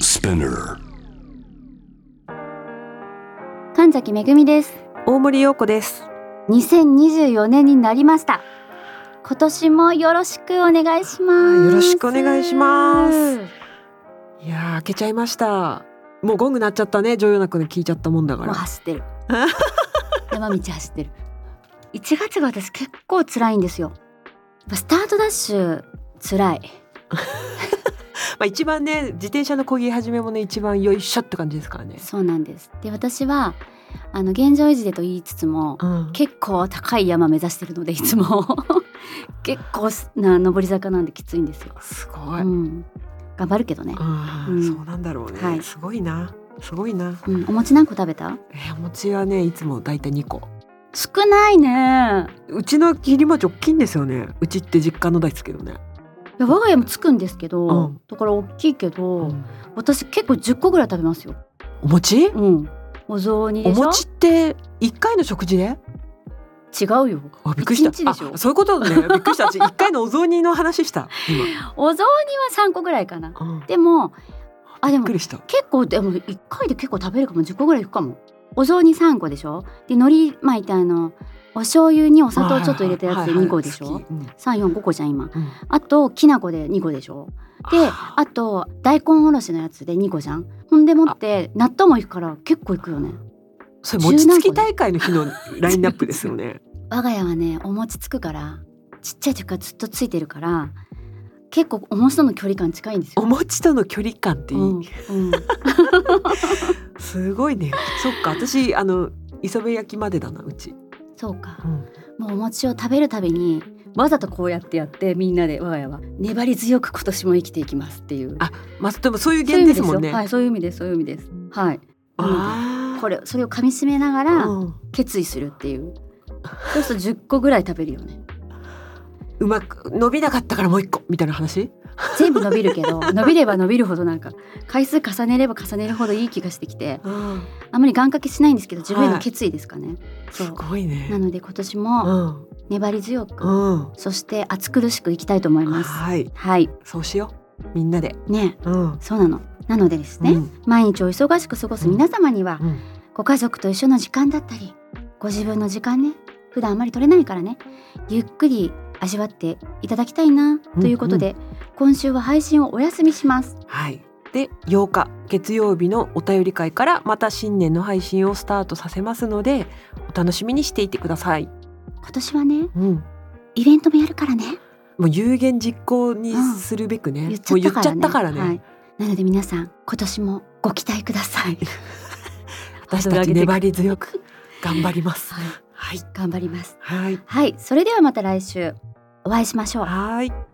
Spinner. 神崎めぐみです大森洋子です。 2024年になりました今年もよろしくお願いしますよろしくお願いしますいやー開けちゃいました。もうゴング鳴っちゃったね。女優なくん聞いちゃったもんだかもうら。走って る山道走ってる1月が私結構辛いんですよやっぱスタートダッシュ辛いまあ一番ね自転車の漕ぎ始めもね一番よいしょって感じですからね。そうなんですで私はあの現状維持でと言いつつもうん。結構高い山目指してるのでいつも 結構すな上り坂なんできついんですよ、すごい。ううんん、頑張るけどね、うんそうなんだろうね。はいすごいな。すごいな。うん、お餅何個食べたえー、お餅はねいつもだいたい2個。少ないねうちの切り餅大きいんですよね。うちって実家のですけどね。いや我が家もつくんですけど、うんだから大きいけど、うん私結構10個ぐらい食べますよお餅？うんお雑煮おでしょ餅って一回の食事で？違うよあびっくりした。一日でしょあそういうことね。びっくりした。私一回のお雑煮の話した。今。お雑煮は3個ぐらいかなうんでもあでびっもくりした。結構でも1回で結構食べるかも10個ぐらいいくかもお雑煮3個でしょで海苔巻いてあのお醤油にお砂糖ちょっと入れたやつで2個でしはいょはいはいはい好き345個じゃん今うんうんあときな粉で2個でしょでああと大根おろしのやつで2個じゃんほんでもって納豆もいくから結構いくよねそれ餅つき大会の日のラインナップですよね。我が家はねお餅つくからちっちゃい時からずっとついてるから結構お餅との距離感近いんですおよ。餅との距離感っていい、うんうんすごいね。そっか、私あの磯辺焼きまでだなうち。そうかうんもうお餅を食べるたびにわざとこうやってやってみんなで我が家は粘り強く今年も生きていきますっていうあまあでもそういうそうい原う意味ですすもんね。よはいそういう意味ですそういう意味ですはいあーこれそれを噛み締めながらうん決意するっていう、そうすると10個ぐらい食べるよねうまく伸びなかったからもう一個みたいな話。全部伸びるけ ど伸びれば伸びるほどなんか回数重ねれば重ねるほどいい気がしてきてうんあまり願掛けしないんですけど自分への決意ですかね、そすうごいなね。ので今年うもん粘り強く、うん。そして暑苦しくいきたいと思いますはい、はいそうしよう。みんなで。ねうん。そうなのなのでですね、うん毎日お忙しく過ごす皆様には、うんご家族と一緒の時間だったりご自分の時間ね普段あまり取れないからねゆっくり味わっていただきたいなということで、今週は配信をお休みしますはい。で8日月曜日のお便り会からまた新年の配信をスタートさせますのでお楽しみにしていてください。今年はねうん。イベントもやるからねもう有言実行にするべく言ね。っもうちゃったからねはね。い、なので皆さん今年もご期待ください私ハードルた上げていちく粘り強く頑張りま す。はいはい。頑張りますはい。はいそれではまた来週お会いしましょうはい。